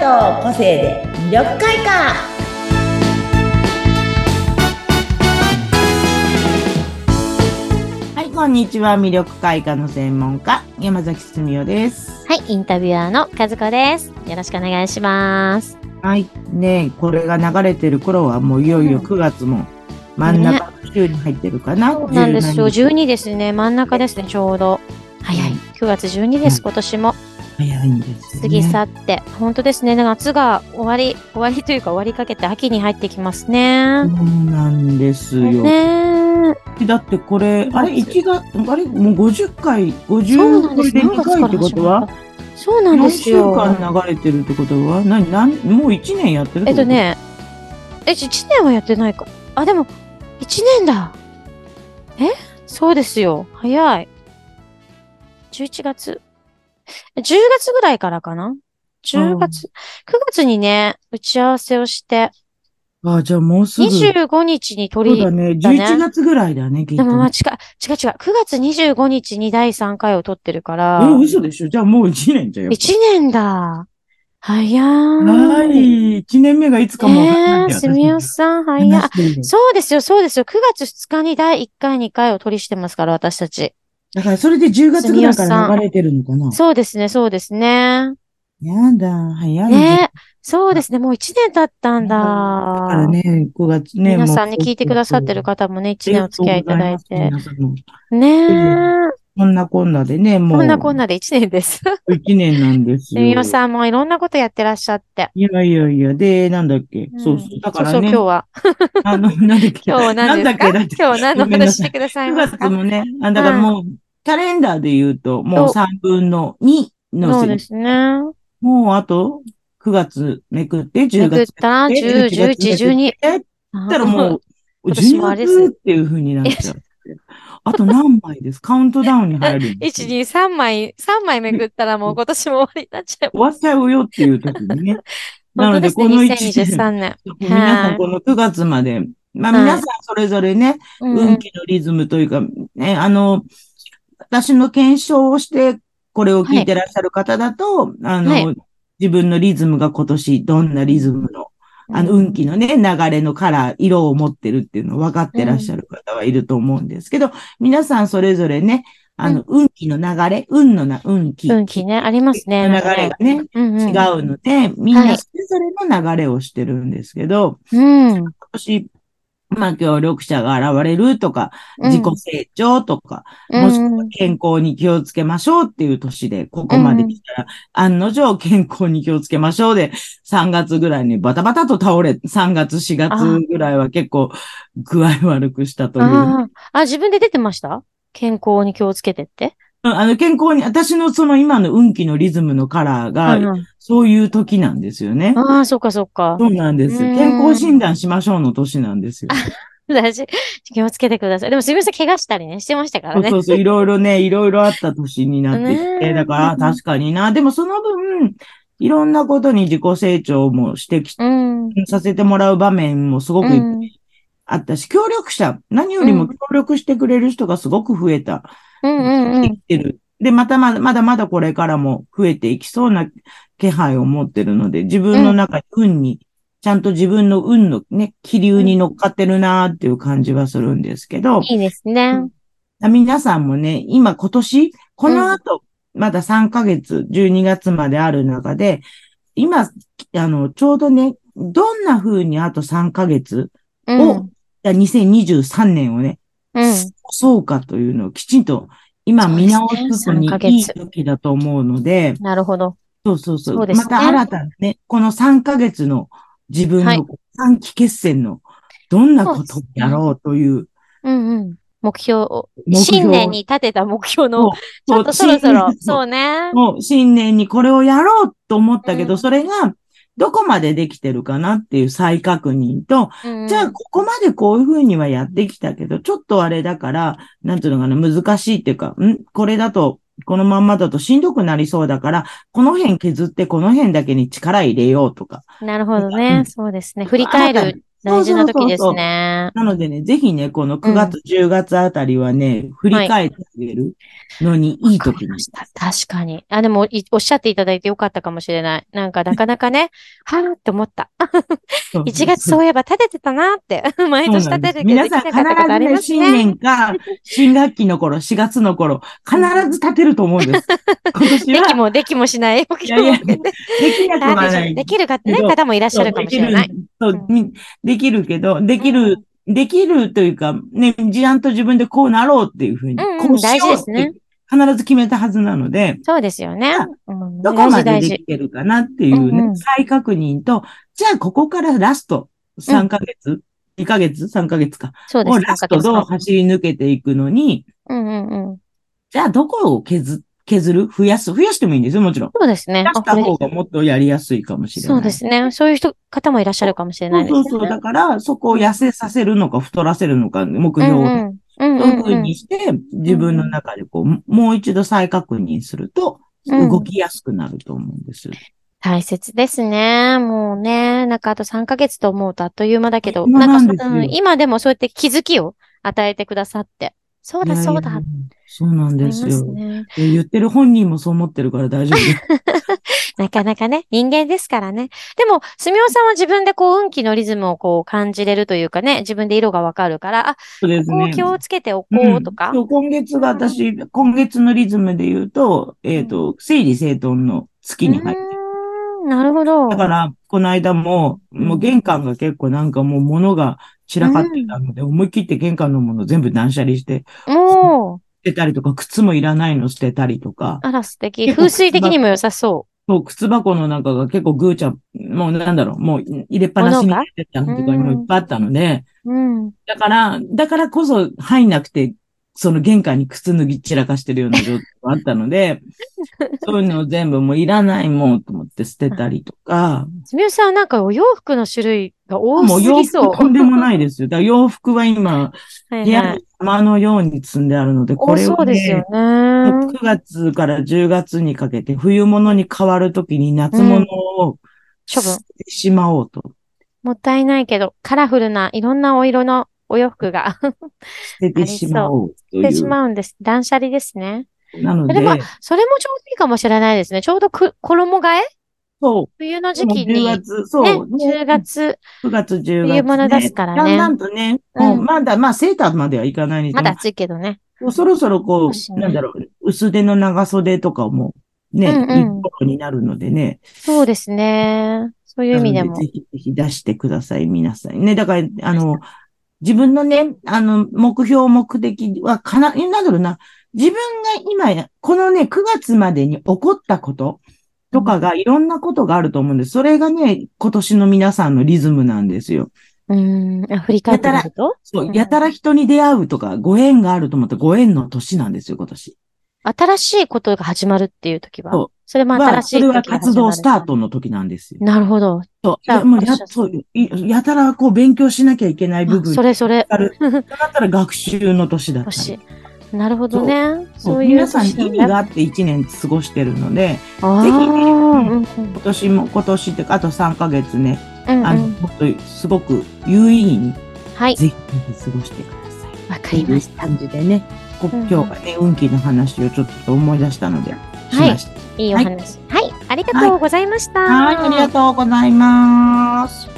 の個性で魅力開花はい、こんにちは。魅力開花の専門家、山崎すみおです。はい、インタビュアーの和子です。よろしくお願いします。はい。ねえこれが流れてる頃はもういよいようん9月も真ん中の週に入ってるかな。そうなんですよ。 17 12ですね。真ん中ですね、ちょうど。早い。9月12です、今年も。早いんです、ね。過ぎ去って。本当ですね。夏が終わり、終わりというか終わりかけて秋に入ってきますね。そうなんですよ。ねだってこれ、あれ、1月、あれ、もう50回、えそうな50んで回す。で何2月回かってらこ始とまっはたそうなん4です週間よ。流れてるってことは何何もう1年やってるえてっことね、え、1年はやってないか。あ、でも、1年だ。えそうですよ。早い。11月。10月ぐらいからかな ?10 月、9月にね、打ち合わせをして、あ、じゃあもうすぐ。 25日に取そうだり、ね。だね11月ぐらいだね、きっでともまあね。近い、違う違う、9月25日に第3回を取ってるから、え、 1嘘でしょじゃあもう1年じゃよ。年だ。早い。はねい。1年目がいつかもわかんないんえ、だよ。すみおさん、私早い。話してるそうですよ、そうですよ。9月2日に第1回、2回を取りしてますから、私たち。だからそれで10月ぐらいから流れてるのかな。そうですね、そうですね。やだ、早い。ねそうですね、もう1年経ったんだ。だからね、5月ね。皆さんに聞いてくださってる方もね、1年お付き合いいただいありて。がとうござます皆さんもねえ。こんなこんなでね、もう。こんなこんなで1年です。一年なんですよ。みおさんもいろんなことやってらっしゃって。いやいやいや、で、なんだっけ、そうそんう。だからそうそうね、今日は。 あの、なんだっけ、今日は何ですかなんだっけ、今日は何の話してください9ます月かもね、あだからもう、カレンダーで言うと、もうそ3分の2のそうせでいすね。もうあと、9月めくって、め10くっ月。た、え10、 11 11、12。やったらもう、今年もあ12れですね月っていう風になっちゃう。あと何枚 ですカウントダウンに入るんです1、よ。 2、3枚、3枚めくったらもう今年も終わりになっちゃい終わっちゃうよっていう時に ね。 なの本当でで、すね、この1年。 2023年。皆さんこの9月まで、まあはい皆さんそれぞれね、運気のリズムというか、ね、あの、私の検証をして、これを聞いてらっしゃる方だと、あの、は自分のリズムが今年どんなリズムの、あの、運気のね、流れのカラー、色を持ってるっていうのを分かってらっしゃる方はいると思うんですけど、皆さんそれぞれね、あの、運気の流れ、運のな、運気。運気ね、ありますね。流れがね、うんうん、違うので、みんなそれぞれの流れをしてるんですけど、うん。今年、まあ、協力者が現れるとか、うん自己成長とか、もしくは健康に気をつけましょうっていう年で、ここまで来たら、案の定健康に気をつけましょうで、3月ぐらいにバタバタと倒れ、3月、4月ぐらいは結構具合悪くしたという。うんあああ、自分で出てました健康に気をつけてって。あの、健康に、私のその今の運気のリズムのカラーうんが、うんそういう時なんですよね。ああ、そうかそうか。そうなんです。うん健康診断しましょうの年なんですよ。大事。気をつけてください。でもすみません、怪我したりね、してましたからそうねそ。うそう、いろいろね、いろいろあった年になってきねて、えだから確かにな。でもその分、いろんなことに自己成長もしてき、うん。うんさせてもらう場面もすごくうんあったし、協力者、何よりもうん協力してくれる人がすごく増えた。うんう生んき。てる。で、またまだ、まだまだこれからも増えていきそうな気配を持ってるので、自分の中に運に、ちゃんと自分の運のね、気流に乗っかってるなーっていう感じはするんですけど、いいですね。皆さんもね、今今年、この後、まだ3ヶ月、12月まである中で、今、あの、ちょうどね、どんな風にあと3ヶ月、うん。お2023年をね、うん。そうかというのをきちんと今見直すそのうですねに3ヶいい月時だと思うので、なるほど。そうそうそう。そうですねまた新たなね、この3ヶ月の自分はいの短期決戦のどんなことをそうですねやろうといううんうん。目標を、目標新年に立てた目標の、ちょっとそろそろ、そうね。もう新年にこれをやろうと思ったけど、うんそれがどこまでできてるかなっていう再確認と、うんじゃあここまでこういうふうにはやってきたけど、ちょっとあれだから、なんていうのかな、難しいっていうか、んこれだと、このまんまだとしんどくなりそうだから、この辺削ってこの辺だけに力入れようとか。なるほどうねん。そうですね。振り返新たにる大事な時ですね。なのでね、ぜひね、この9月、10月あたりはね、振り返ってあげるのにいいわか時りにました。確かに。あ、でもい、おっしゃっていただいてよかったかもしれない。なんか、なかなかね、 はぁって思った。そう1月そういえば立ててたなって、 毎そう年な立んでてすて皆さんでき必なかったことずありね、ます新ね。年 か、新学期の頃、4月の頃、必ず立てると思うん です。今年できは、も、できもしない。いやい やできなくはなでい。きるか、ね、方もいらっしゃるかもしれない。そう。できるそうみできるけど、できる、できるというか、ね、事案と自分でこうなろうっていうふうに、うんうんこうしようって大事ですね必ず決めたはずなので、そうですよねあ。うんどこ大ま事で大で事。きてるかなっていうね、うんうん再確認と、じゃあここからラスト3ヶ月、2ヶ月 ?3 ヶ月か。そうでをす。ラストどう走り抜けていくのに、うんうんうん。じゃあどこを削、削る増やす増やしてもいいんですよ、もちろん。そうですね。出したあこ方れがもっとやりやすいかもしれない。そうですね。そういう人、方もいらっしゃるかもしれないですそね。うそうそう。だから、そこを痩せさせるのか太らせるのか、目うん標を。うん。うんそういううふうんうんに。して、自分の中でこう、もう一度再確認すると、うん動きやすくなると思うんです。大切ですね。もうね。なんかあと3ヶ月と思うとあっという間だけど、今んなんでかすそようん今でもそうやって気づきを与えてくださって。そうだいやいやそうだ。。そうなん思いでますよす。ね。で言ってる本人もそう思ってるから 大丈夫です。なかなかね、人間ですからね。でも、すみおさんは自分でこう、運気のリズムをこう感じれるというかね、自分で色がわかるから、あ、そうですこうね。気をつけておこうんうとか。そう今月が私、今月のリズムで言うと、えっ、と、整理整頓の月に入ってる。うーんなるほど。だから、この間も、もう玄関が結構なんかもう物が散らかってたので、思い切って玄関のもの全部断捨離して、もう、捨てたりとか、靴もいらないの捨てたりとか、あら素敵。結構風水的にも良さそそう靴箱の中が結構ぐーちゃん、もうなんだろう、もう入れっぱなしになってたのとか物がもいっぱいあったので、う。うん。だから、だからこそ入んなくて、その玄関に靴脱ぎ散らかしてるような状況があったの で、そういうのを全部もういらないもんと思って捨てたりとか、すみおさんはなんかお洋服の種類が多もうす洋ぎそう服。とんでもないですよ。だから洋服は今、はいはい部屋に山のように積んであるので、こ多れそをうですよね、ね。 9月から10月にかけて冬物に変わるときに夏物を処分捨。ててしまおうと。もったいないけど、カラフルないろんなお色のお洋服が 捨ててしまおうと出いてしう。まうんです。断捨離ですね。なのそれもで、それもちょうどいいかもしれないですね。ちょうどく衣替えそう。冬ので時も期に。 10ね、月、そう、 10月。 9月、10月、冬物出すからねだんだんとね、うんもうまだ、まあセーターまではいかないにしてまも、だ暑いけどね。もうそろそろこ少しう、ねなんだろう、薄手の長袖とかもね、うんうんいい頃になるのでね。そうですね。そういう意味でもなの。ぜひぜひ出してください、皆さん。ね、だから、あの、自分のね、あの、目標、目的はかな、えなんだろうな、自分が今、このね、9月までに起こったこととかが、いろんなことがあると思うんです。それがね、今年の皆さんのリズムなんですよ。うーん、あ振り返ってみるとそうう、んやたら人に出会うとか、ご縁があると思って、ご縁の年なんですよ、今年。新しいことが始まるっていう時はそう。それもは新しそい時れがは始まる。活動スタートの時なんですよ。なるほど。そう。じゃあやもうやおっしゃるそういやたらこう勉強しなきゃいけない部分それそれ。あ る。だったら学習の年だったり。年。なるほどね。そそうういう皆さん意味がああって1年過ごしてるので、あぜひねー、うんうん今年も、今年ってか、あと3ヶ月ね、うんあの、うんもっとすごく有意義に、はい。ぜひ過ごしてください。わかりました。という感じでね、こうんう今ん日はね、運気の話をちょっと思い出したので、しました。いいお話。はい。ありがとうございました。はい、ありがとうございます。